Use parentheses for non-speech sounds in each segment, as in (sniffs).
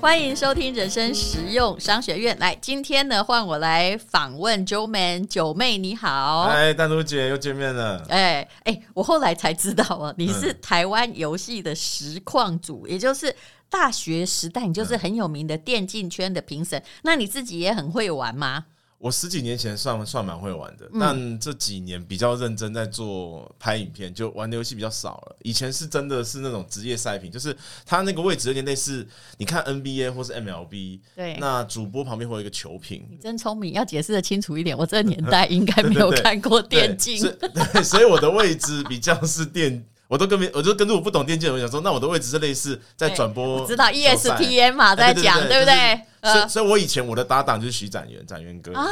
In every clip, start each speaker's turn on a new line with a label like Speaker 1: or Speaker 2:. Speaker 1: 欢迎收听人生实用商学院。来，今天呢，换我来访问 Joe Man 九妹，你好。
Speaker 2: 嗨，哎丹如姐又见面了。
Speaker 1: 哎哎，我后来才知道哦，你是台湾游戏的实况组，也就是大学时代你
Speaker 2: 嗯
Speaker 1: 就是很有名的电竞圈的评审。那你自己也很会玩吗？
Speaker 2: 我十几年前算算蛮会玩的，
Speaker 1: 嗯
Speaker 2: 但这几年比较认真在做拍影片，就玩的游戏比较少了。以前是真的是那种职业赛评，就是他那个位置有点类似，你看 NBA 或是 MLB，
Speaker 1: 对
Speaker 2: 那主播旁边会有一个球评
Speaker 1: 你。真聪明，要解释的清楚一点。我这个年代应该没有
Speaker 2: (laughs) 对对对
Speaker 1: 看过
Speaker 2: 对
Speaker 1: (laughs) 电竞。
Speaker 2: 所以 (laughs) 对所以我的位置比较是电，我都跟别，我就跟着我不懂电竞的人讲说，那我的位置是类似在
Speaker 1: 对
Speaker 2: 转播球赛，
Speaker 1: 知道 E ESPN 嘛，在
Speaker 2: 哎
Speaker 1: 讲对不
Speaker 2: 就是
Speaker 1: 对？
Speaker 2: 所以，
Speaker 1: 呃
Speaker 2: 所以我以前我的搭档就是徐展元，展元哥啊，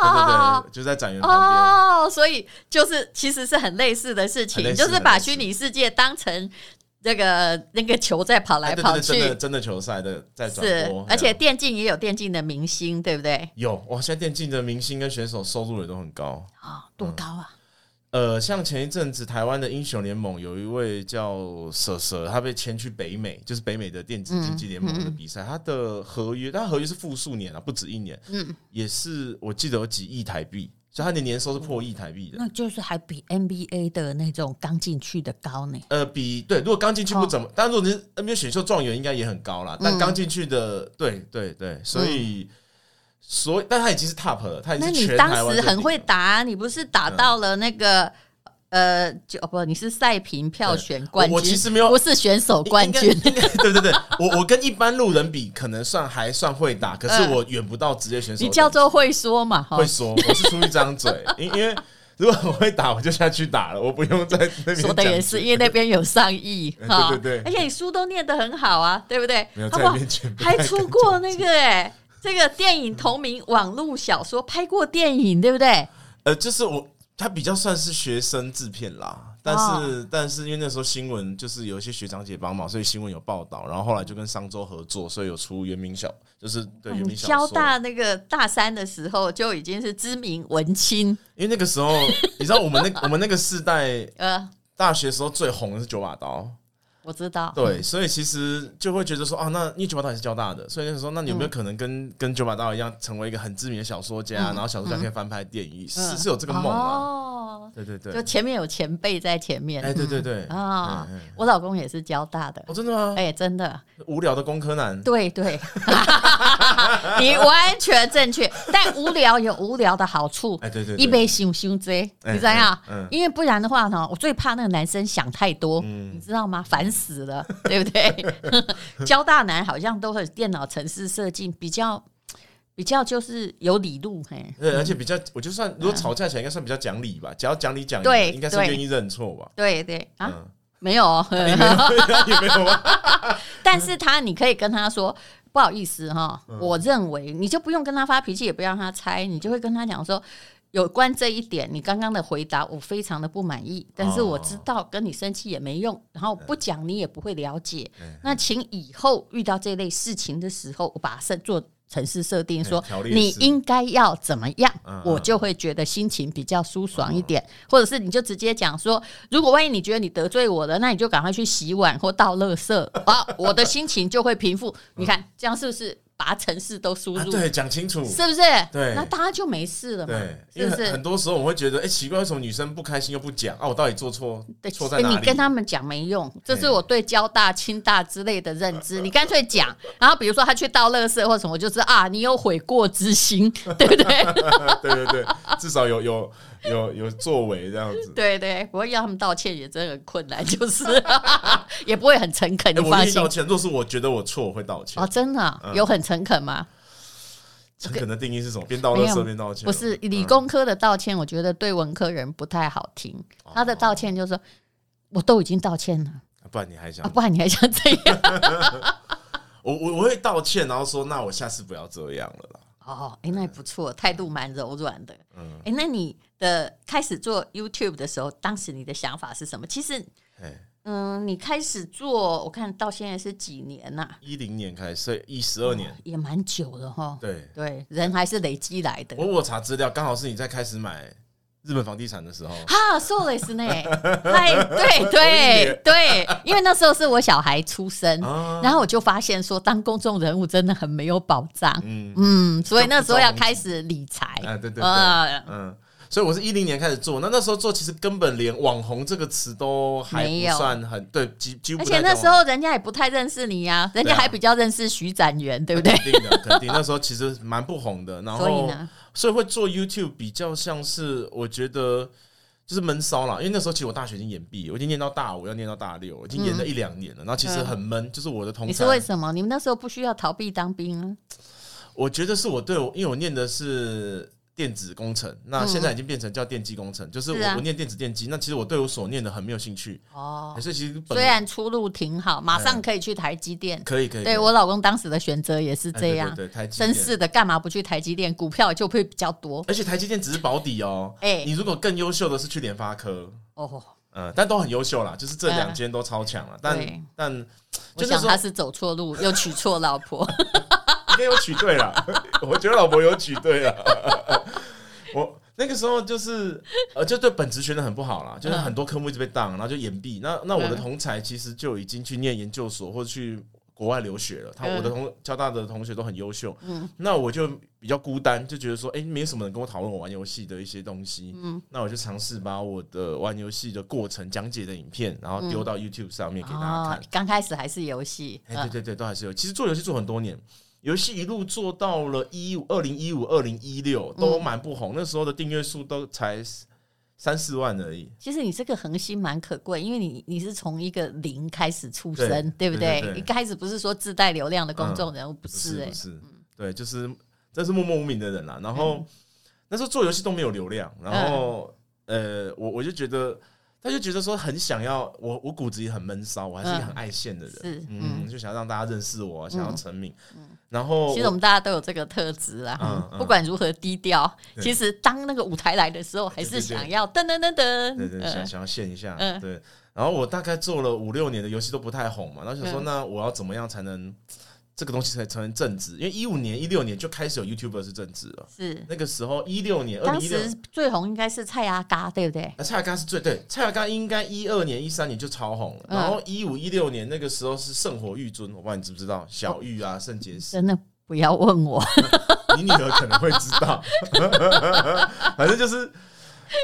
Speaker 2: 对
Speaker 1: 啊
Speaker 2: 对对，就在展元旁边。
Speaker 1: 哦，所以就是其实是很类似的事情，
Speaker 2: 很类似
Speaker 1: 就是把虚拟世界当成这个 (laughs) 那个球在跑来
Speaker 2: 哎对
Speaker 1: 跑
Speaker 2: 对对
Speaker 1: 去，
Speaker 2: 真的真的球赛的在转
Speaker 1: 是
Speaker 2: 播，，
Speaker 1: 而且
Speaker 2: 对
Speaker 1: 电竞也有电竞的明星，对不对？
Speaker 2: 有哇，现在电竞的明星跟选手收入也都很高。
Speaker 1: 啊、多高啊！
Speaker 2: 呃，像前一阵子台湾的英雄联盟有一位叫蛇蛇，他被签去北美，就是北美的电子
Speaker 1: 嗯
Speaker 2: 竞技联盟的
Speaker 1: 嗯
Speaker 2: 比赛，他的合约，但他合约是复数年啊，不止一年，
Speaker 1: 嗯，
Speaker 2: 也是我记得有几亿台币，所以他的年收是破亿台币的。
Speaker 1: 那就是还比 NBA 的那种刚进去的高呢。
Speaker 2: 呃，比对，如果刚进去不怎么，但如果你是 NBA 选秀状元，应该也很高啦。但
Speaker 1: 哦嗯
Speaker 2: 刚进去的，对对对，所以、所以，但他已经是 top 了，他已
Speaker 1: 那
Speaker 2: 经
Speaker 1: 你
Speaker 2: 是全
Speaker 1: 当
Speaker 2: 台湾
Speaker 1: 时
Speaker 2: 最啊
Speaker 1: 很
Speaker 2: 顶
Speaker 1: 会
Speaker 2: 了
Speaker 1: 打，你不是打到了那个？呃，就哦不，你是赛评票
Speaker 2: 对
Speaker 1: 选冠军，
Speaker 2: 我我其实没有
Speaker 1: 不是选手冠军
Speaker 2: 应，该应该对对对，我我跟一般路人比，可能算还算会打，可是
Speaker 1: 嗯
Speaker 2: 我远不到职业选手。
Speaker 1: 你叫做会说嘛？哈
Speaker 2: 会，说，我是出一张嘴，因因为如果我会打，我就下去打了，我不用在那边
Speaker 1: 说的也
Speaker 2: 讲
Speaker 1: 是，
Speaker 2: 解
Speaker 1: 因为那边有上亿
Speaker 2: 嗯
Speaker 1: 哈，
Speaker 2: (laughs) 对对对
Speaker 1: 而且你书都念得很好啊，对不对
Speaker 2: 没有？
Speaker 1: 他
Speaker 2: 在
Speaker 1: 哇
Speaker 2: 里面全，
Speaker 1: (laughs)
Speaker 2: 部
Speaker 1: 还出过那个哎、这个电影同名网络小说，拍过电影，对不对？
Speaker 2: 呃，就是我他比较算是学生制片啦，但是、
Speaker 1: 哦
Speaker 2: 但是因为那时候新闻就是有一些学长姐帮忙，所以新闻有报道，然后后来就跟商周合作，所以有出原名小，就是对
Speaker 1: 哎
Speaker 2: 原
Speaker 1: 你
Speaker 2: 名小
Speaker 1: 交
Speaker 2: 说。
Speaker 1: 大那个大三的时候就已经是知名文青，
Speaker 2: 因为那个时候你知道我们那我们那个世代
Speaker 1: 呃，
Speaker 2: 大学时候最红的是九把刀，
Speaker 1: 我知道，
Speaker 2: 对，所以其实就会觉得说啊，那因为九把刀也是交大的，所以那时候那你有
Speaker 1: 嗯
Speaker 2: 没有可能跟、跟九把刀一样成为一个很知名的小说家，然后小说家可以翻拍电影，是是有这个梦啊，
Speaker 1: 嗯哦，
Speaker 2: 对对对
Speaker 1: 就，前面有前辈在前面，
Speaker 2: 哎、对对对，
Speaker 1: 嗯啊、
Speaker 2: 嗯嗯
Speaker 1: 我老公也是交大的，
Speaker 2: 哦真的吗？
Speaker 1: 哎、真的，
Speaker 2: 无聊的工科男，
Speaker 1: 对对， (laughs) 你完全正确。但无聊有无聊的好处，
Speaker 2: 哎，对对，对
Speaker 1: 一杯想想醉，
Speaker 2: 哎
Speaker 1: 你知道
Speaker 2: 嗯嗯
Speaker 1: 因为不然的话呢，我最怕那个男生想太多，你知道吗？烦死了，对不对？ (laughs) 交大男好像都很电脑城市设计比较比较就是有理路，嘿，
Speaker 2: 对，而且比
Speaker 1: 嗯
Speaker 2: 较，我就算如果吵架起来，应该算比较讲理吧，只要讲理讲理，
Speaker 1: 对
Speaker 2: 应该是
Speaker 1: 对
Speaker 2: 愿意认错吧。 (laughs)
Speaker 1: 对对啊，
Speaker 2: 嗯，
Speaker 1: 没有哦，
Speaker 2: 你没有，你没有
Speaker 1: (laughs)
Speaker 2: 吗？
Speaker 1: 但是他你可以跟他说。不好意思哈，
Speaker 2: 嗯
Speaker 1: 我认为你就不用跟他发脾气，也不让他猜，你就会跟他讲说，有关这一点，你刚刚的回答我非常的不满
Speaker 2: 哦
Speaker 1: 意，但是我知道跟你生气也没用，然后不讲你也不会了解。
Speaker 2: 哎
Speaker 1: 那请以后遇到这类事情的时候，我把它设做城市设定说
Speaker 2: 嗯条列式
Speaker 1: 你应该要怎么样
Speaker 2: 嗯嗯，
Speaker 1: 我就会觉得心情比较舒爽一点，或者是你就直接讲说，如果万一你觉得你得罪我了，那你就赶快去洗碗或倒垃圾啊，
Speaker 2: (laughs)
Speaker 1: 我的心情就会平复。你看这样是不是把城市都输
Speaker 2: 嗯啊
Speaker 1: 入？
Speaker 2: 对，讲清楚。
Speaker 1: 是不是？
Speaker 2: 对
Speaker 1: 那大家就没事了嘛
Speaker 2: 对，，
Speaker 1: 是
Speaker 2: 因为
Speaker 1: 不
Speaker 2: 很
Speaker 1: 是
Speaker 2: 很？多时候我会觉得，哎，奇怪，为什么女生不开心又不讲啊？我到底做错
Speaker 1: 对哎
Speaker 2: 错在哪里？
Speaker 1: 你跟他们讲没用，这是
Speaker 2: 嘿
Speaker 1: 我对交大、清大之类的认知。你干脆讲，然后比如说他去倒垃圾或什么，我就知道啊，你有悔过之
Speaker 2: (laughs)
Speaker 1: 心，对不对？
Speaker 2: (laughs) 对对对，至少有有有有作为这样子。
Speaker 1: 对对，不过要他们道歉也真的很困难，就是 (laughs) 也不会很诚恳，你
Speaker 2: 哎，我
Speaker 1: 放
Speaker 2: 愿意
Speaker 1: 心哦
Speaker 2: 道。歉，若是我觉得我错，我会道歉
Speaker 1: 哦，。真的啊有很诚恳吗？
Speaker 2: 诚恳的定义是什么？边道
Speaker 1: 没
Speaker 2: 乐色
Speaker 1: 有
Speaker 2: 边道歉，
Speaker 1: 不是理工科的道歉，我觉得对文科人不太好听。他的道歉就是说，我都已经道歉了
Speaker 2: 嗯，不然你还想
Speaker 1: 啊，不然你还想这样？
Speaker 2: 我我我会道歉，然后说那我下次不要这样了啦。
Speaker 1: 哦，哎、那也不错，态度蛮柔软的。
Speaker 2: 嗯
Speaker 1: 哎、，那你的开始做 YouTube 的时候，当时你的想法是什么？其实，
Speaker 2: 哎，
Speaker 1: 嗯，你开始做，我看到现在是几年呐、
Speaker 2: 一零年开始，所以一十二年，
Speaker 1: 也蛮久了哈。
Speaker 2: 对
Speaker 1: 对，人还是累积来的
Speaker 2: 我。我查资料，刚好是你在开始买日本房地产的时候，
Speaker 1: 哈，そうですね。嗨，对对对，因为那时候是我小孩出生，
Speaker 2: 啊
Speaker 1: 然后我就发现说，当公众人物真的很没有保障。
Speaker 2: 嗯
Speaker 1: 嗯，所以那时候要
Speaker 2: 就不知道
Speaker 1: 开始理财。
Speaker 2: 啊，对对对，
Speaker 1: 啊，
Speaker 2: 嗯。所以我是一零年开始做，那那时候做其实根本连网红这个词都还
Speaker 1: 没
Speaker 2: 不
Speaker 1: 有
Speaker 2: 算很对，几几乎
Speaker 1: 而
Speaker 2: 不
Speaker 1: 且
Speaker 2: 太
Speaker 1: 那
Speaker 2: 讲
Speaker 1: 时候人家也不太认识你呀、人家还比较认识徐展元，对不对？
Speaker 2: 肯定的，肯定那时候其实蛮不红的。然后，
Speaker 1: 所以呢，
Speaker 2: 所以会做 YouTube 比较像是我觉得就是闷骚啦，因为那时候其实我大学已经研毕了，我已经念到大五，要念到大六，已经研了一两年了，然后其实很闷，就是我的同
Speaker 1: 嗯你是为
Speaker 2: 才，
Speaker 1: 什么？你们那时候不需要逃避当兵啊？
Speaker 2: 我觉得是我对我，因为我念的是。电子工程，那现在已经变成叫电机工程，就是我
Speaker 1: 是啊
Speaker 2: 我念电子电机，那其实我对我所念的很没有兴趣，
Speaker 1: 哦啊
Speaker 2: 可，是其实本
Speaker 1: 虽然出路挺好，马上可以去台积电。
Speaker 2: 哎可以可以，可以
Speaker 1: 对我老公当时的选择也是
Speaker 2: 哎
Speaker 1: 这样，
Speaker 2: 对对对台积
Speaker 1: 真
Speaker 2: 电
Speaker 1: 是的，干嘛不去台积电？股票就会比较多
Speaker 2: 而且台积电只是保底哦，
Speaker 1: 哎
Speaker 2: 你如果更优秀的是去联发科，
Speaker 1: 哦。
Speaker 2: 呃，但都很优秀啦，就是这两
Speaker 1: 嗯
Speaker 2: 间都超强了，
Speaker 1: 对
Speaker 2: 但但
Speaker 1: 我
Speaker 2: 就
Speaker 1: 想
Speaker 2: 是说
Speaker 1: 他是走错路，又娶错老婆。
Speaker 2: 应该有取对了， (laughs) 我觉得老婆有取对了。 (laughs) 我那个时候就是呃，就对本职学的很不好啦，就是很多科目一直被当，然后就延毕。那那我
Speaker 1: 嗯
Speaker 2: 的同才其实就已经去念研究所或者去国外留学了，他我的同交大的同学都很优秀，
Speaker 1: 嗯
Speaker 2: 那我就比较孤单，就觉得说，哎、没什么人跟我讨论我玩游戏的一些东西，
Speaker 1: 嗯，
Speaker 2: 那我就尝试把我的玩游戏的过程讲解的影片，然后丢到 YouTube 上面给大家看。
Speaker 1: (laughs) 嗯哦，刚开始还是游戏，
Speaker 2: 哎、
Speaker 1: 嗯
Speaker 2: 对对对，都还是有。其实做游戏做很多年，游戏一路做到了一五、二零一五、二零一六，
Speaker 1: 嗯
Speaker 2: 都蛮不红。那时候的订阅数都才三四万而已。
Speaker 1: 其实你这个恒心蛮可贵，因为你你是从一个零开始出生，对
Speaker 2: 对
Speaker 1: 不
Speaker 2: 对对对嗯
Speaker 1: 一开始不是说自带流量的公众人物，不
Speaker 2: 不是
Speaker 1: 是哎、
Speaker 2: 不是，对，就是真是默默无名的人啦。然
Speaker 1: 嗯
Speaker 2: 后、那时候做游戏都没有流量，然后、
Speaker 1: 嗯
Speaker 2: 呃，我我就觉得。他就觉得说很想要我，我骨子里很闷骚，我还是一个很爱现的人，
Speaker 1: 是嗯
Speaker 2: 嗯，就想要让大家认识我，啊想要成名，然后
Speaker 1: 其实我们大家都有这个特质啊， (laughs)
Speaker 2: 嗯嗯
Speaker 1: 不管如何低调，
Speaker 2: 对
Speaker 1: 其实当那个舞台来的时候，还是想要噔噔噔噔，
Speaker 2: 对对，想
Speaker 1: 嗯
Speaker 2: 想要现一下，
Speaker 1: 嗯
Speaker 2: 对。然后我大概做了五六年的游戏都不太红嘛，然后想说
Speaker 1: 嗯
Speaker 2: 那我要怎么样才能这个东西才成为正职？因为一五年、一六年就开始有 YouTuber 是正职了，
Speaker 1: 是。
Speaker 2: 那个时候一六年、二
Speaker 1: 当
Speaker 2: 零一六。
Speaker 1: 时最红应该是蔡阿嘎，对不对？
Speaker 2: 啊，蔡雅刚是最对，蔡雅刚应该一二年、一三年就超红了，
Speaker 1: 嗯
Speaker 2: 然后一五一六年那个时候是圣火玉尊，我不知道你知不知道，小玉啊、圣洁石，
Speaker 1: 真的不要问
Speaker 2: (laughs)
Speaker 1: 我，
Speaker 2: 你女儿可能会知道， (laughs) 反正就是。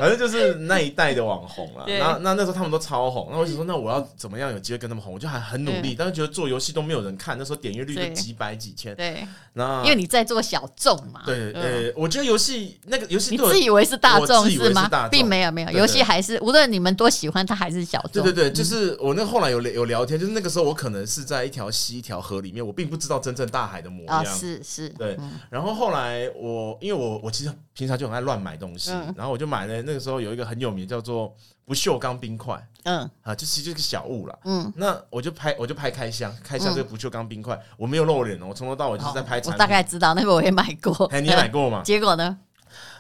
Speaker 2: 反正就是那一代的网红啦，
Speaker 1: 对嗯
Speaker 2: 那那那时候他们都超红，那我想说，那我要怎么样有机会跟他们红？我就还很努力，但是觉得做游戏都没有人看，那时候点阅率
Speaker 1: 对
Speaker 2: 就几百几千。
Speaker 1: 对，
Speaker 2: 那
Speaker 1: 因为你在做小众嘛。
Speaker 2: 啊对
Speaker 1: 嗯
Speaker 2: 呃，我觉得游戏那个游戏
Speaker 1: 你
Speaker 2: 对我
Speaker 1: 自以为是大众
Speaker 2: 我自以为是
Speaker 1: 吗
Speaker 2: 大？众
Speaker 1: 并没有没有，
Speaker 2: 对对
Speaker 1: 游戏还是无论你们多喜欢，它还是小众
Speaker 2: 对
Speaker 1: 哦
Speaker 2: 对。对，就是我那后来有聊有聊天，就是那个时候我可能是在一条溪、一条河里面，我并不知道真正大海的模
Speaker 1: 啊，
Speaker 2: 样。
Speaker 1: 是是，
Speaker 2: 对
Speaker 1: 嗯，
Speaker 2: 然后后来我因为我我其实平常就很爱乱买东西，
Speaker 1: 嗯
Speaker 2: 然后我就买了那个时候有一个很有名叫做不锈钢冰块
Speaker 1: 嗯
Speaker 2: 啊，就其实就是个小物啦。
Speaker 1: 嗯，
Speaker 2: 那我就拍我就拍开箱，开箱这个不锈钢冰块，我没有露脸哦，我从头到尾就是在拍
Speaker 1: 哦我
Speaker 2: 产品。
Speaker 1: 大概知道那个我也买过，
Speaker 2: 哎，你也买
Speaker 1: 嗯 (laughs)
Speaker 2: 过吗？
Speaker 1: 结果呢？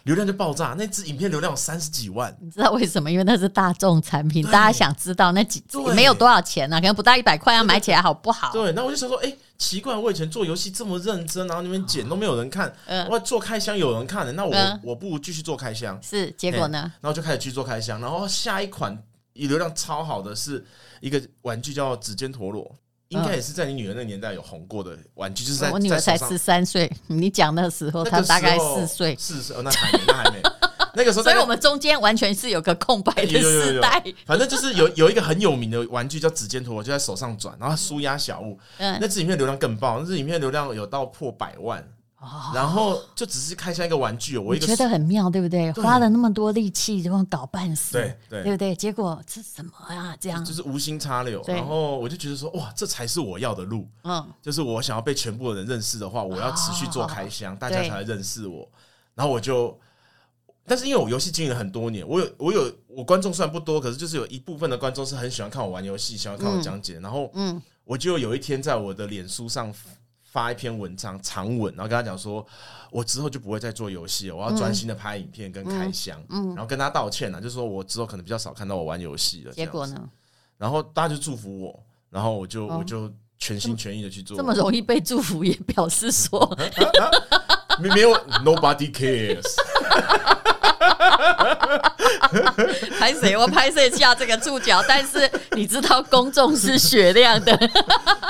Speaker 2: 流量就爆炸，那支影片流量有三十几万，
Speaker 1: 你知道为什么？因为那是大众产品，
Speaker 2: 对
Speaker 1: 大家想知道那几
Speaker 2: 对
Speaker 1: 没有多少钱啊，可能不到一百块，要买起来好不好？
Speaker 2: 对，那我就想说，哎、奇怪，我以前做游戏这么认真，然后那边剪都没有人看，
Speaker 1: 嗯
Speaker 2: 我做开箱有人看的，那我、
Speaker 1: 哦嗯
Speaker 2: 我不如继续做开箱。
Speaker 1: 是，结果呢？
Speaker 2: 然后就开始去做开箱，然后下一款流量超好的是一个玩具叫指尖陀
Speaker 1: 嗯
Speaker 2: 螺，应该也是在你女儿那个年代有红过的玩具，就是在
Speaker 1: 哦我女儿才
Speaker 2: 在手上
Speaker 1: 十三岁，你讲那时候
Speaker 2: 那
Speaker 1: 她
Speaker 2: 个
Speaker 1: 大概
Speaker 2: 时候
Speaker 1: 四岁，
Speaker 2: 四岁，哦那还没，那还没，那个时
Speaker 1: (laughs)
Speaker 2: 候
Speaker 1: 所
Speaker 2: 在
Speaker 1: 以
Speaker 2: 那，
Speaker 1: 我们中间完全是有个空白的
Speaker 2: 有有有有
Speaker 1: 时代。
Speaker 2: 反正就是有有一个很有名的玩具叫指尖陀螺，就在手上转，然后它舒压小物，
Speaker 1: 嗯
Speaker 2: 那支影片流量更爆，那支影片流量有到破百万，然后就只是开箱一个玩具，哦
Speaker 1: 哦
Speaker 2: 我
Speaker 1: 你
Speaker 2: 一个
Speaker 1: 觉得很妙，对不对？花了那么多力气，然后搞半死，
Speaker 2: 对对
Speaker 1: 不对？结果这什么啊？这样
Speaker 2: 就，是无心插柳，
Speaker 1: 对
Speaker 2: 然后我就觉得说，哇，这才是我要的路。
Speaker 1: 嗯，
Speaker 2: 就是我想要被全部的人认识的话，我要持续做开
Speaker 1: 哦
Speaker 2: 箱，大家才会认识我。然后我就，但是因为我游戏经营了很多年，我有我有我观众虽然不多，可是就是有一部分的观众是很喜欢看我玩游戏，喜欢看我讲解。然后，
Speaker 1: 嗯
Speaker 2: 嗯，我就有一天在我的脸书上发一篇文章长文，然后跟他讲说，我之后就不会再做游戏了，我要专心的拍影片跟开箱，
Speaker 1: 嗯
Speaker 2: 然后跟他道歉了，啊就说我之后可能比较少看到我玩游戏了。
Speaker 1: 结果
Speaker 2: 这样子？
Speaker 1: 呢？
Speaker 2: 然后大家就祝福我，然后我就、
Speaker 1: 哦
Speaker 2: 我就全心全意的去做
Speaker 1: 这么容易被祝福，也表示说 (laughs)
Speaker 2: 没没有 nobody cares，
Speaker 1: 拍谁我拍摄下这个注脚，但是你知道公众是雪亮
Speaker 2: (laughs)
Speaker 1: 的，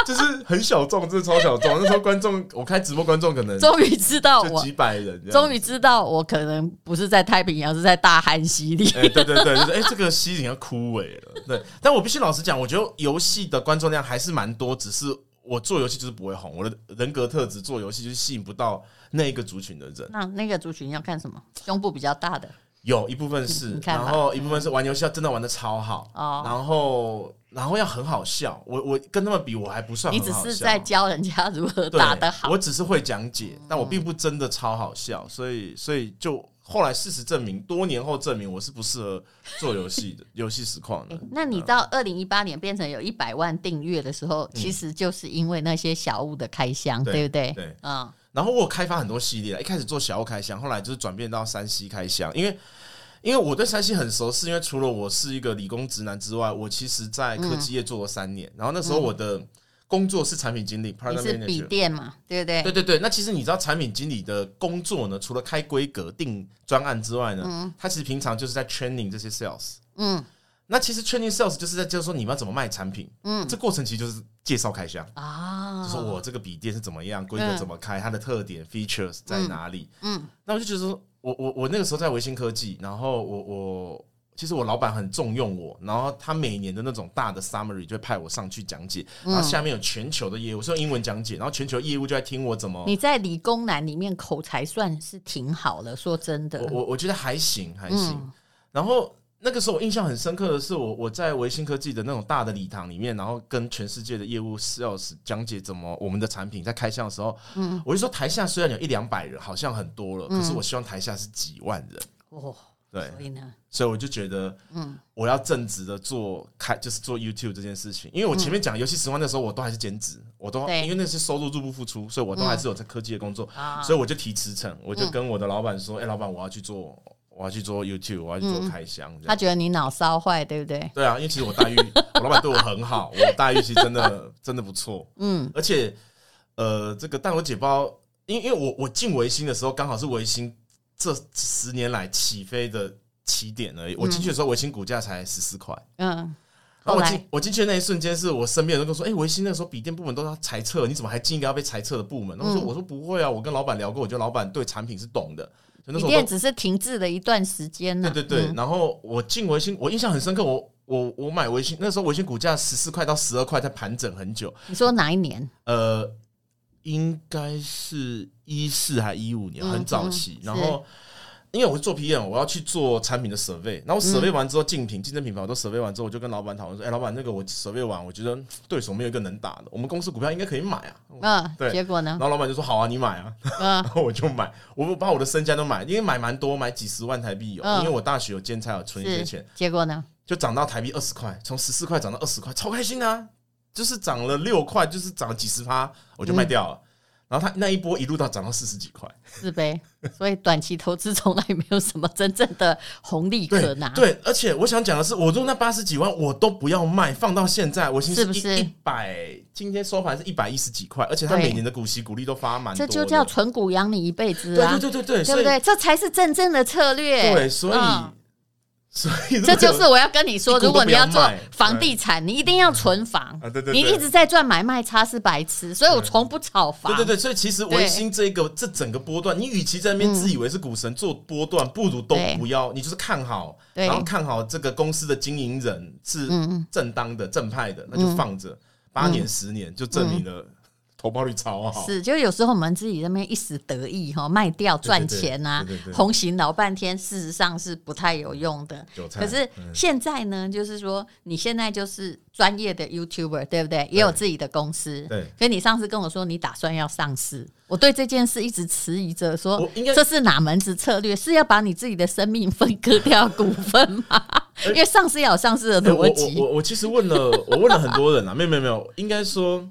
Speaker 2: 就是很小众，真的超小众。那时候观众，我开直播，观众可能
Speaker 1: 终于知道
Speaker 2: 就
Speaker 1: 我
Speaker 2: 几，百人这样，
Speaker 1: 终于知道我可能不是在太平洋，是在大汉溪里。
Speaker 2: 哎、对对对，就是哎、这个西岭要枯萎了。对，但我必须老实讲，我觉得游戏的观众量还是蛮多，只是我做游戏就是不会红，我的人格特质做游戏就是吸引不到那一个族群的
Speaker 1: (laughs)
Speaker 2: 人。
Speaker 1: 那那个族群要看什么？胸部比较大
Speaker 2: (laughs)
Speaker 1: 的，
Speaker 2: 有一部分是
Speaker 1: 你，看吧
Speaker 2: 然后一部分是玩游戏要真的玩的超好，
Speaker 1: 哦
Speaker 2: 然后然后要很好笑。我我跟他们比，我还不算
Speaker 1: 你
Speaker 2: 很
Speaker 1: 只
Speaker 2: 好
Speaker 1: 是
Speaker 2: 笑
Speaker 1: 在教人家如何
Speaker 2: 对
Speaker 1: 打得好嗯
Speaker 2: 我。只是会讲解，但我并不真的超好笑，所以所以就后来事实证明，多年后证明我是不适合做游戏
Speaker 1: (laughs)
Speaker 2: 的游戏实况的
Speaker 1: 诶。那你
Speaker 2: 嗯
Speaker 1: 到二零一八年变成有一百万订阅的时候，其实就是因为那些小物的开箱，
Speaker 2: 对
Speaker 1: 对不对？
Speaker 2: 对
Speaker 1: 嗯，
Speaker 2: 然后我有开发很多系列，一开始做小欧开箱，后来就是转变到山西开箱，因为。因为我对山西很熟，是因为除了我是一个理工直男之外，我其实在科
Speaker 1: 嗯
Speaker 2: 技业做了三年。然后那时候我的工作是产品经理、p r o
Speaker 1: 你
Speaker 2: d u
Speaker 1: 是
Speaker 2: c
Speaker 1: 笔电嘛，对不对？
Speaker 2: 对对对，那其实你知道产品经理的工作呢，除了开规格、定专案之外呢，他其实平常就是在 training 这些 sales。
Speaker 1: 嗯，
Speaker 2: 那其实 training sales 就是在教说你们要怎么卖产品。嗯，这过程其实就是介绍开箱，
Speaker 1: 啊，
Speaker 2: 就是哦我这个笔电是怎么样，规格怎么开，它的特点 features 在哪里。
Speaker 1: 嗯
Speaker 2: 那我就觉得说，我我我那个时候在维新科技，然后我我其实我老板很重用我，然后他每年的那种大的 summary 就会派我上去讲解，然后
Speaker 1: 嗯
Speaker 2: 下面有全球的业务，是用英文讲解，然后全球业务就在听我怎么。
Speaker 1: 你在理工男里面口才算是挺好了，说真的嗯
Speaker 2: 我，我我觉得还行还行。然后那个时候我印象很深刻的是我，我在维新科技的那种大的礼堂里面，然后跟全世界的业务 sales 讲解怎么我们的产品在开箱的时候，
Speaker 1: 嗯
Speaker 2: 我就说台下虽然有一两百人，好像很多了，可是我希望台下是几万人。
Speaker 1: 哦，
Speaker 2: 对，
Speaker 1: 嗯所以呢，
Speaker 2: 所以我就觉得，嗯，我要正直的做开，就是做 YouTube 这件事情。因为我前面讲游戏实况那时候，我都还是兼职，我都
Speaker 1: 嗯对
Speaker 2: 因为那是收入入不敷出，所以我都还是有在科技的工作，
Speaker 1: 啊
Speaker 2: 所以我就提辞呈，我就跟我的老板说：“哎、老板，我要去做，我要去做 YouTube，我要去做开箱。
Speaker 1: 嗯
Speaker 2: 这
Speaker 1: 他
Speaker 2: 样
Speaker 1: 觉得你脑烧坏，对不对？
Speaker 2: 对啊，因为其实我待
Speaker 1: (laughs)
Speaker 2: 遇，我老板对我很好，我待遇其实真的 (laughs) 真的不错，
Speaker 1: 嗯，
Speaker 2: 而且呃，这个但我解包，因因为我我进维新的时候，刚好是维新这十年来起飞的起点而已。我进去的时候，维新股价才十四块。
Speaker 1: 嗯，
Speaker 2: 然后我
Speaker 1: 后来
Speaker 2: 进我进去的那一瞬间，是我身边人都跟我说：“哎、维新那个时候笔电部门都要裁撤，你怎么还进一个要被裁撤的部门？”然
Speaker 1: 嗯
Speaker 2: 后我说：“我说不会啊，我跟老板聊过，我觉得老板对产品是懂的。”就那
Speaker 1: 笔
Speaker 2: 时候我
Speaker 1: 电
Speaker 2: 都
Speaker 1: 只是停滞了一段时间呢。
Speaker 2: 对对对，
Speaker 1: 嗯
Speaker 2: 然后我进维新，我印象很深刻，我我我买维新那时候维新股价十四块到十二块，在盘整很久。
Speaker 1: 你说哪一年？
Speaker 2: 呃，应该是一四还一五年，
Speaker 1: 嗯
Speaker 2: 很早期。
Speaker 1: 嗯
Speaker 2: 然后，因为我是做 PM，我要去做产品的 survey，然后 survey
Speaker 1: 嗯
Speaker 2: 完之后，竞品、竞争品牌我都 survey 完之后，我就跟老板讨论说：“哎、老板，那个我 survey 完，我觉得 (sniffs) 对手没有一个能打的，我们公司股票应该可以买啊。”
Speaker 1: 嗯，
Speaker 2: 对
Speaker 1: 结果呢
Speaker 2: 然？后老板就说：“好啊，你买啊。” (laughs)
Speaker 1: 嗯
Speaker 2: 然后我就买，我把我的身家都买，因为买蛮多，买几十万台币有，
Speaker 1: 嗯
Speaker 2: 因为我大学有兼差，有存一些
Speaker 1: 是
Speaker 2: 钱。，
Speaker 1: 结果呢？
Speaker 2: 就涨到台币二十块，从十四块涨到二十块，超开心的啊！就是涨了六块，就是涨了几十趴，我就卖掉
Speaker 1: 嗯
Speaker 2: 了。然后它那一波一路到涨到四十几块，
Speaker 1: 是呗，所以短期投资从来没有什么真正的红利
Speaker 2: 对
Speaker 1: 可拿。
Speaker 2: 对，而且我想讲的是，我如果那八十几万我都不要卖，放到现在，我现在
Speaker 1: 是不是
Speaker 2: 一百？今天收盘是一百一十几块，而且它
Speaker 1: 对
Speaker 2: 每年的股息股利都发蛮
Speaker 1: 这
Speaker 2: 多
Speaker 1: 就
Speaker 2: 的，
Speaker 1: 叫存股养你一辈子
Speaker 2: 对
Speaker 1: 啊，
Speaker 2: 对对对对，
Speaker 1: 对
Speaker 2: 所
Speaker 1: 不
Speaker 2: 以
Speaker 1: 对？这才是真正的策略。
Speaker 2: 对，所以
Speaker 1: 嗯
Speaker 2: 所以
Speaker 1: 这就是我要跟你说，
Speaker 2: 一股都
Speaker 1: 如果你要
Speaker 2: 不要
Speaker 1: 做
Speaker 2: 卖哎
Speaker 1: 房地产，你一定要存房。
Speaker 2: 啊对对对
Speaker 1: 你一直在赚买卖差是白痴，所以我从不炒房。
Speaker 2: 对对对，所以其实
Speaker 1: 对
Speaker 2: 维新这个这整个波段，你与其在那边自以为是股神做波段，不如都
Speaker 1: 对
Speaker 2: 不要，你就是看好，
Speaker 1: 对嗯
Speaker 2: 然后看好这个公司的经营人是正当的、正派的，那就放着八年、十年，就证明了投报率超好。
Speaker 1: 嗯是，就有时候我们自己那边一时得意哈，卖掉赚钱啊
Speaker 2: 对对对对，对
Speaker 1: 红行老半天，事实上是不太有用的。
Speaker 2: 韭菜嗯
Speaker 1: 可是现在呢，就是说你现在就是专业的 YouTuber，对不对？也有自己的公司。
Speaker 2: 对
Speaker 1: 可你上次跟我说你打算要上市，我对这件事一直迟疑着，说
Speaker 2: 我应该
Speaker 1: 这是哪门子策略？是要把你自己的生命分割掉股份
Speaker 2: (laughs)
Speaker 1: 吗？因为上市要有上 (laughs) 市的
Speaker 2: 哎我
Speaker 1: 逻
Speaker 2: 我
Speaker 1: 辑。啊
Speaker 2: 我我其实问了，我问了很多人啊， (laughs) 没有没有没有，应该说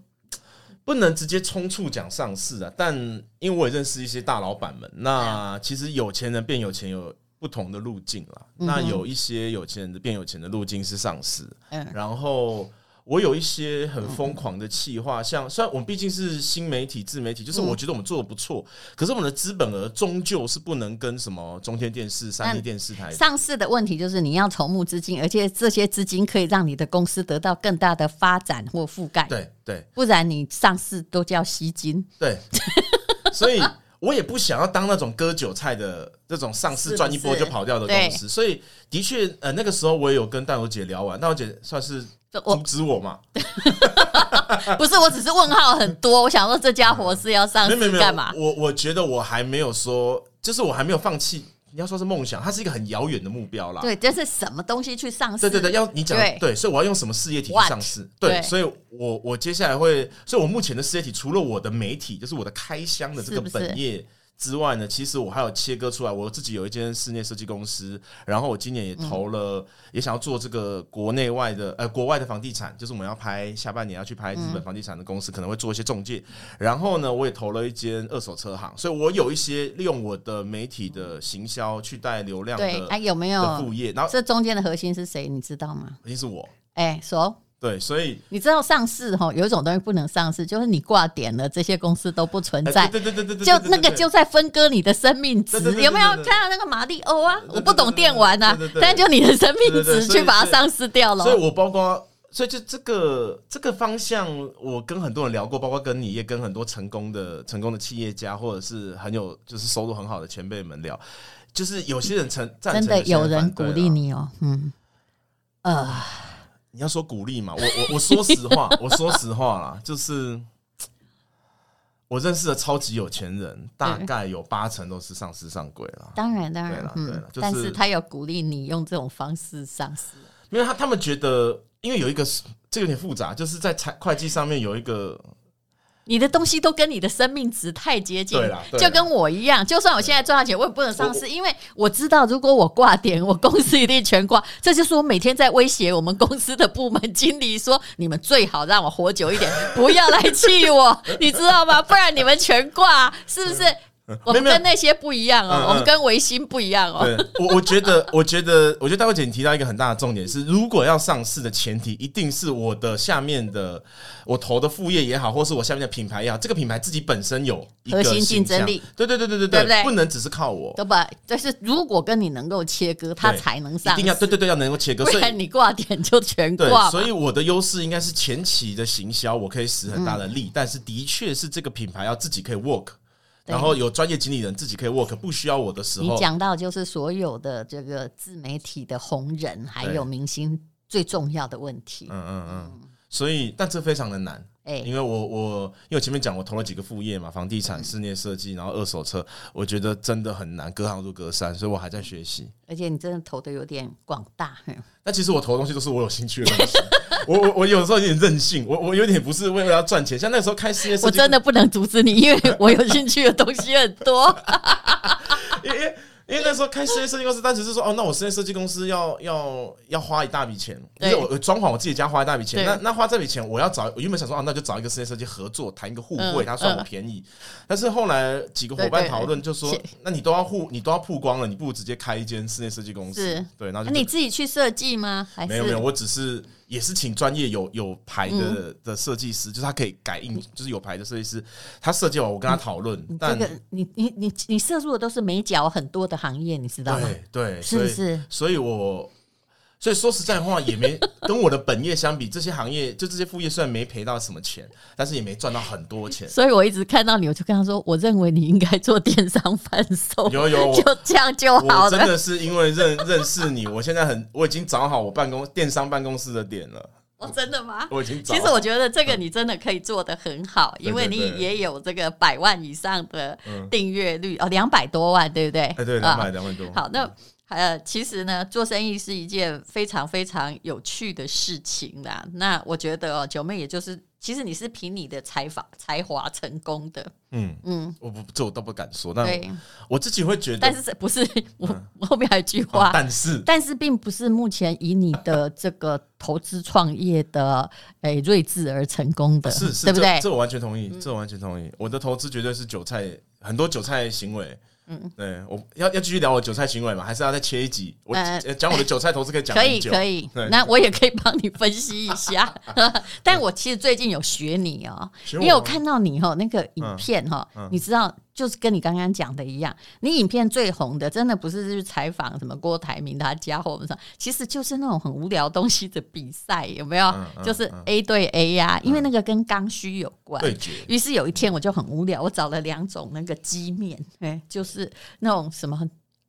Speaker 2: 不能直接冲促讲上市啊。但因为我也认识一些大老板们，那其实有钱人变有钱有不同的路径啦。那有一些有钱人的变有钱的路径是上市，
Speaker 1: 嗯，
Speaker 2: 然后我有一些很疯狂的企划，像虽然我们毕竟是新媒体、自媒体，就是我觉得我们做的不错，可是我们的资本额终究是不能跟什么中天电视、三立电视台。
Speaker 1: 上市的问题就是你要筹募资金，而且这些资金可以让你的公司得到更大的发展或覆盖。
Speaker 2: 对对
Speaker 1: 不然你上市都叫吸金，
Speaker 2: 对， (laughs) 所以我也不想要当那种割韭菜的这种上市赚一波
Speaker 1: 是不
Speaker 2: 就是跑掉的公司。所以的确，呃，那个时候我也有跟淡如姐聊完，淡如姐算是
Speaker 1: 这我
Speaker 2: 阻 (laughs) 止我嘛，
Speaker 1: 哦不是，我只是问号很多。我想说，这家伙是要上
Speaker 2: 没有没有
Speaker 1: 市
Speaker 2: 没
Speaker 1: 干嘛
Speaker 2: 有，？我我觉得我还没有说，就是我还没有放弃。你要说是梦想，它是一个很遥远的目标啦。
Speaker 1: 对，这是什么东西去上市？
Speaker 2: 对对对，要你讲
Speaker 1: 对
Speaker 2: 对，所以我要用什么事业体去
Speaker 1: What？
Speaker 2: 上市？对，
Speaker 1: 对
Speaker 2: 所以我我接下来会，所以我目前的事业体除了我的媒体，就是我的开箱的这
Speaker 1: 是
Speaker 2: 个
Speaker 1: 不是
Speaker 2: 本业之外呢，其实我还有切割出来，我自己有一间室内设计公司，然后我今年也投了，
Speaker 1: 嗯
Speaker 2: 也想要做这个国内外的呃国外的房地产，就是我们要拍下半年要去拍日本
Speaker 1: 嗯
Speaker 2: 房地产的公司，可能会做一些中介。然后呢，我也投了一间二手车行，所以我有一些利用我的媒体的行销去带流量
Speaker 1: 对，哎、
Speaker 2: 的。
Speaker 1: 有没
Speaker 2: 的副
Speaker 1: 有？
Speaker 2: 业，然后
Speaker 1: 这中间的核心是谁？你知道吗？
Speaker 2: 一定是我，
Speaker 1: 哎、说
Speaker 2: 对，所以
Speaker 1: 你知道上市哈，有一种东西不能上市，就是你挂点了，这些公司都不存在
Speaker 2: 哎。对对对对对，
Speaker 1: 就
Speaker 2: 对
Speaker 1: 那个就在分割你的生命值
Speaker 2: 对对，对
Speaker 1: 有没有
Speaker 2: 对对
Speaker 1: 看
Speaker 2: 对
Speaker 1: 到那个马里欧啊？
Speaker 2: 对
Speaker 1: 我不懂电玩啊
Speaker 2: 对对对，对
Speaker 1: 但就你的生命
Speaker 2: 对对
Speaker 1: 值
Speaker 2: 对所以
Speaker 1: 去把它上市掉了
Speaker 2: 所以，。我包括，所以就这个这个方向，我跟很多人聊过，包括跟你，也跟很多成功的成功的企业家，或者是很有就是收入很好的前辈们聊，就是有些人成赞
Speaker 1: 真
Speaker 2: 成
Speaker 1: 的
Speaker 2: 些
Speaker 1: 有人
Speaker 2: 反
Speaker 1: 鼓
Speaker 2: 对啊
Speaker 1: 励
Speaker 2: 啦。
Speaker 1: 你哦，嗯，呃。
Speaker 2: 你要说鼓励嘛，我我我说实话， (laughs) 我说实话啦，就是。我认识的超级有钱人，大概有八成都是上市上柜啦。
Speaker 1: 当然，当
Speaker 2: 对
Speaker 1: 然
Speaker 2: 啦，对
Speaker 1: 嗯
Speaker 2: 啦，就是
Speaker 1: 但是他有鼓励你用这种方式上市，
Speaker 2: 因为他他们觉得，因为有一个这有点复杂，就是在财会计上面有一个
Speaker 1: 你的东西都跟你的生命值太接近
Speaker 2: 对啦，对啦
Speaker 1: 就跟我一样，就算我现在赚到钱，我也不能上市，因为我知道如果我挂点，我公司一定全挂。这就是我每天在威胁我们公司的部门经理说：“你们最好让我活久一点，不要来气我，
Speaker 2: (laughs)
Speaker 1: 你知道吗？不然你们全挂，是不是？”我们
Speaker 2: 嗯没有
Speaker 1: 跟那些不一样
Speaker 2: 嗯
Speaker 1: 哦
Speaker 2: 嗯，
Speaker 1: 我们跟维新不一样哦。
Speaker 2: 对我，我觉得，我觉得，我觉得大慧姐你提到一个很大的重点是，如果要上市的前提，一定是我的下面的我投的副业也好，或是我下面的品牌也好，这个品牌自己本身有一个
Speaker 1: 核心竞
Speaker 2: 形象
Speaker 1: 争力，
Speaker 2: 对对对对对
Speaker 1: 对不对
Speaker 2: 不能只是靠我，
Speaker 1: 对吧？就是如果跟你能够切割，他
Speaker 2: 对
Speaker 1: 才能
Speaker 2: 一
Speaker 1: 上市。
Speaker 2: 定要对对对要能够切割，
Speaker 1: 不
Speaker 2: 所以
Speaker 1: 然你挂点就全
Speaker 2: 对
Speaker 1: 挂，嘛。
Speaker 2: 所以我的优势应该是前期的行销，我可以使很大的
Speaker 1: 嗯
Speaker 2: 力，但是的确是这个品牌要自己可以 work，
Speaker 1: 对
Speaker 2: 然后有专业经理人自己可以 work，不需要我的时
Speaker 1: 你
Speaker 2: 候，
Speaker 1: 讲到就是所有的这个自媒体的红人还有明星最重要的问题，
Speaker 2: 嗯嗯嗯，所以但这非常的难。
Speaker 1: 哎、
Speaker 2: 因为我我因为我前面讲我投了几个副业嘛，房地
Speaker 1: 嗯
Speaker 2: 产、室内设计，然后二手车，我觉得真的很难，隔行如隔山，所以我还在学习。
Speaker 1: 而且你真的投的有点广大，哼
Speaker 2: 但其实我投的东西都是我有兴趣的
Speaker 1: (laughs)
Speaker 2: 东西，我我我有时候有点任性，我我有点不是为了要赚钱，像那时候开室内设计，
Speaker 1: 我真的不能阻止你，因为我有兴趣的东西很
Speaker 2: (laughs)
Speaker 1: 多。
Speaker 2: 因为因为因为那时候开室内设计公司，当时是说哦，那我室内设计公司要要要花一大笔钱，因
Speaker 1: 对
Speaker 2: 为我我装潢我自己家花一大笔钱，
Speaker 1: 对
Speaker 2: 那那花这笔钱我要找，我原本想说啊，那就找一个室内设计合作，谈一个互惠，
Speaker 1: 嗯
Speaker 2: 他算我便宜，但是后来几个伙
Speaker 1: 对
Speaker 2: 伴
Speaker 1: 对
Speaker 2: 讨论就说
Speaker 1: 是，
Speaker 2: 那你都要互你都要曝光了，你不如直接开一间室内设计公司
Speaker 1: 是，
Speaker 2: 对，然后
Speaker 1: 那
Speaker 2: 就
Speaker 1: 你自己去设计吗？还是嗯
Speaker 2: 没有没有，我只是也是请专业有有牌的的设计师，就是他可以改印，就是有牌的设计师，他设计完我跟他讨论，
Speaker 1: 嗯你这
Speaker 2: 但
Speaker 1: 个你你你你涉入的都是美角很多的行业，你知道吗？
Speaker 2: 对对，
Speaker 1: 是不
Speaker 2: 所以
Speaker 1: 是？
Speaker 2: 所以我所以说实在话，也没 (laughs) 跟我的本业相比，这些行业就这些副业虽然没赔到什么钱，但是也没赚到很多钱。
Speaker 1: 所以我一直看到你，我就跟他说，我认为你应该做电商贩售，
Speaker 2: 有有我
Speaker 1: 就这样就好
Speaker 2: 我真
Speaker 1: 了。
Speaker 2: 的是因为认认识你，我现在很我已经找好我办公电商办公室的点了。
Speaker 1: 哦，真的吗？
Speaker 2: 我已经找
Speaker 1: 其
Speaker 2: 了
Speaker 1: 实我觉得这个你真的可以做得很好，
Speaker 2: 对
Speaker 1: 因为你
Speaker 2: 嗯对对
Speaker 1: 也有这个百万以上的
Speaker 2: 嗯
Speaker 1: 订阅率哦，两百多万，对不对？
Speaker 2: 哎，对，
Speaker 1: 啊
Speaker 2: 两百两万多。
Speaker 1: 好，那呃，其实呢，做生意是一件非常非常有趣的事情啦。那我觉得哦，九妹也就是，其实你是凭你的才华才华成功的，
Speaker 2: 嗯，
Speaker 1: 嗯，
Speaker 2: 我不这我倒不敢说，但
Speaker 1: 对。
Speaker 2: 我自己会觉得，
Speaker 1: 但是这不是我、
Speaker 2: 嗯
Speaker 1: 我后面还有一句
Speaker 2: 哦
Speaker 1: 话，
Speaker 2: 但是
Speaker 1: 但是并不是目前以你的这个投资创业的诶睿智而成功的，
Speaker 2: 是是，
Speaker 1: 对不
Speaker 2: 这
Speaker 1: 对？嗯
Speaker 2: 这我完全同意，这我完全同意。我的投资绝对是韭菜，很多韭菜行为。嗯，对，我要要继续聊我韭菜行为嘛，还是要再切一集？我
Speaker 1: 呃
Speaker 2: 呃讲我的韭菜投资可以讲
Speaker 1: 可以
Speaker 2: 很久。
Speaker 1: 可以
Speaker 2: 对，
Speaker 1: 那我也可以帮你分析一
Speaker 2: (laughs)
Speaker 1: 下。但我其实最近有学你哦，
Speaker 2: 学
Speaker 1: 因
Speaker 2: 我
Speaker 1: 为我
Speaker 2: 吗
Speaker 1: 看到你哦那个影片哈
Speaker 2: 嗯嗯，
Speaker 1: 你知道，就是跟你刚刚讲的一样，你影片最红的，真的不是去采访什么郭台铭他家或我们说，其实就是那种很无聊东西的比赛，有没有
Speaker 2: 嗯？嗯
Speaker 1: 就是
Speaker 2: 嗯
Speaker 1: A 对 A 呀，因为那个跟刚需有关。
Speaker 2: 对决，
Speaker 1: 于是有一天我就很无聊，我找了两种那个鸡面，哎，就是那种什么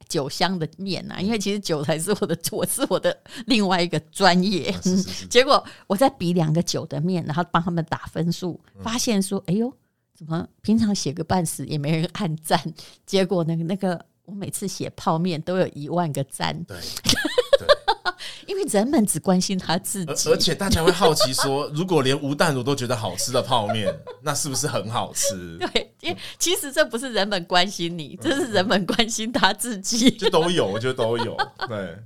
Speaker 1: 酒香的面
Speaker 2: 嗯
Speaker 1: 啊，因为其实酒才是我的，我是我的另外一个专业。
Speaker 2: 啊是是是
Speaker 1: 结果我在比两个酒的面，然后帮他们打分数，
Speaker 2: 嗯
Speaker 1: 发现说，哎呦，怎么平常写个半死也没人按赞， (laughs) 结果那个那个。我每次写泡面都有一万个赞， (laughs)
Speaker 2: 对。
Speaker 1: 因为人们只关心他自己
Speaker 2: 而，而且大家会好奇说，如果连吴淡如都觉得好吃的泡面，那是不是很好吃？
Speaker 1: (laughs) (laughs) 对，因为其实这不是人们关心你，这是人们关心他自己。
Speaker 2: 就都有，我觉得都有。对，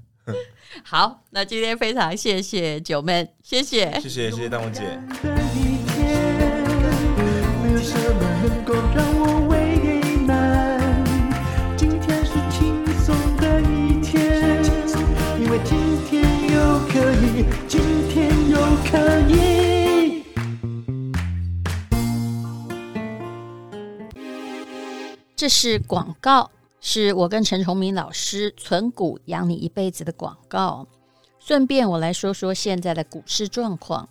Speaker 1: 好，那今天非常谢谢九妹，谢谢
Speaker 2: 谢。谢谢谢丹文姐。
Speaker 3: 的一天，没有什么能够让我为难。今天是轻松的一天，因为今天又可以，今天又可以。
Speaker 1: 这是广告，是我跟陈崇明老师“存股养你一辈子”的广告。顺便我来说说现在的股市状况。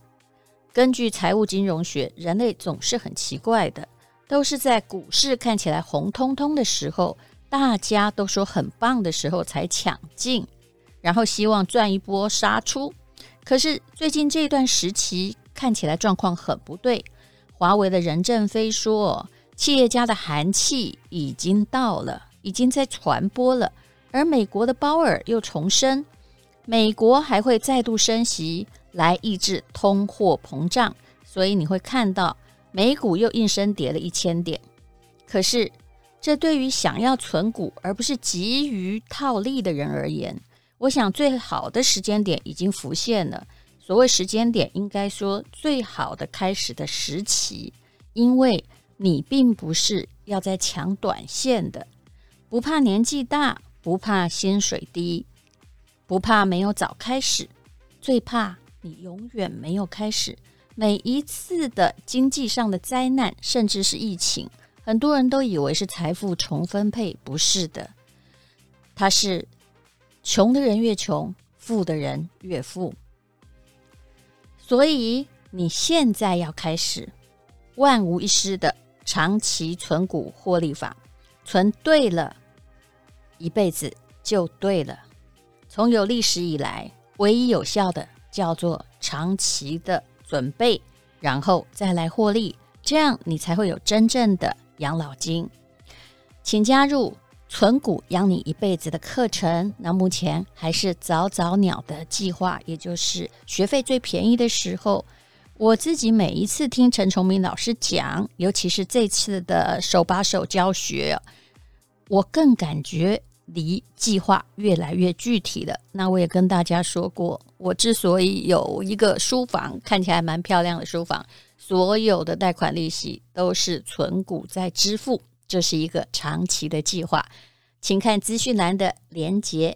Speaker 1: 根据财务金融学，人类总是很奇怪的，都是在股市看起来红彤彤的时候，大家都说很棒的时候才抢进，然后希望赚一波杀出。可是最近这段时期看起来状况很不对。华为的任正非说，企业家的寒气已经到了，已经在传播了。而美国的鲍尔又重申，美国还会再度升息来抑制通货膨胀，所以你会看到美股又应声跌了一千点。可是，这对于想要存股而不是急于套利的人而言，我想最好的时间点已经浮现了。所谓时间点，应该说最好的开始的时期，因为你并不是要在抢短线的，不怕年纪大，不怕薪水低，不怕没有早开始，最怕你永远没有开始。每一次的经济上的灾难，甚至是疫情，很多人都以为是财富重分配，不是的，它是穷的人越穷，富的人越富。所以你现在要开始万无一失的长期存股获利法，存对了，一辈子就对了。从有历史以来，唯一有效的叫做长期的准备，然后再来获利，这样你才会有真正的养老金。请加入存股养你一辈子的课程。那目前还是早早鸟的计划，也就是学费最便宜的时候。我自己每一次听陈崇明老师讲，尤其是这次的手把手教学，我更感觉离计划越来越具体了。那我也跟大家说过，我之所以有一个书房，看起来蛮漂亮的书房，所有的贷款利息都是存股在支付，这是一个长期的计划。请看资讯栏的连结，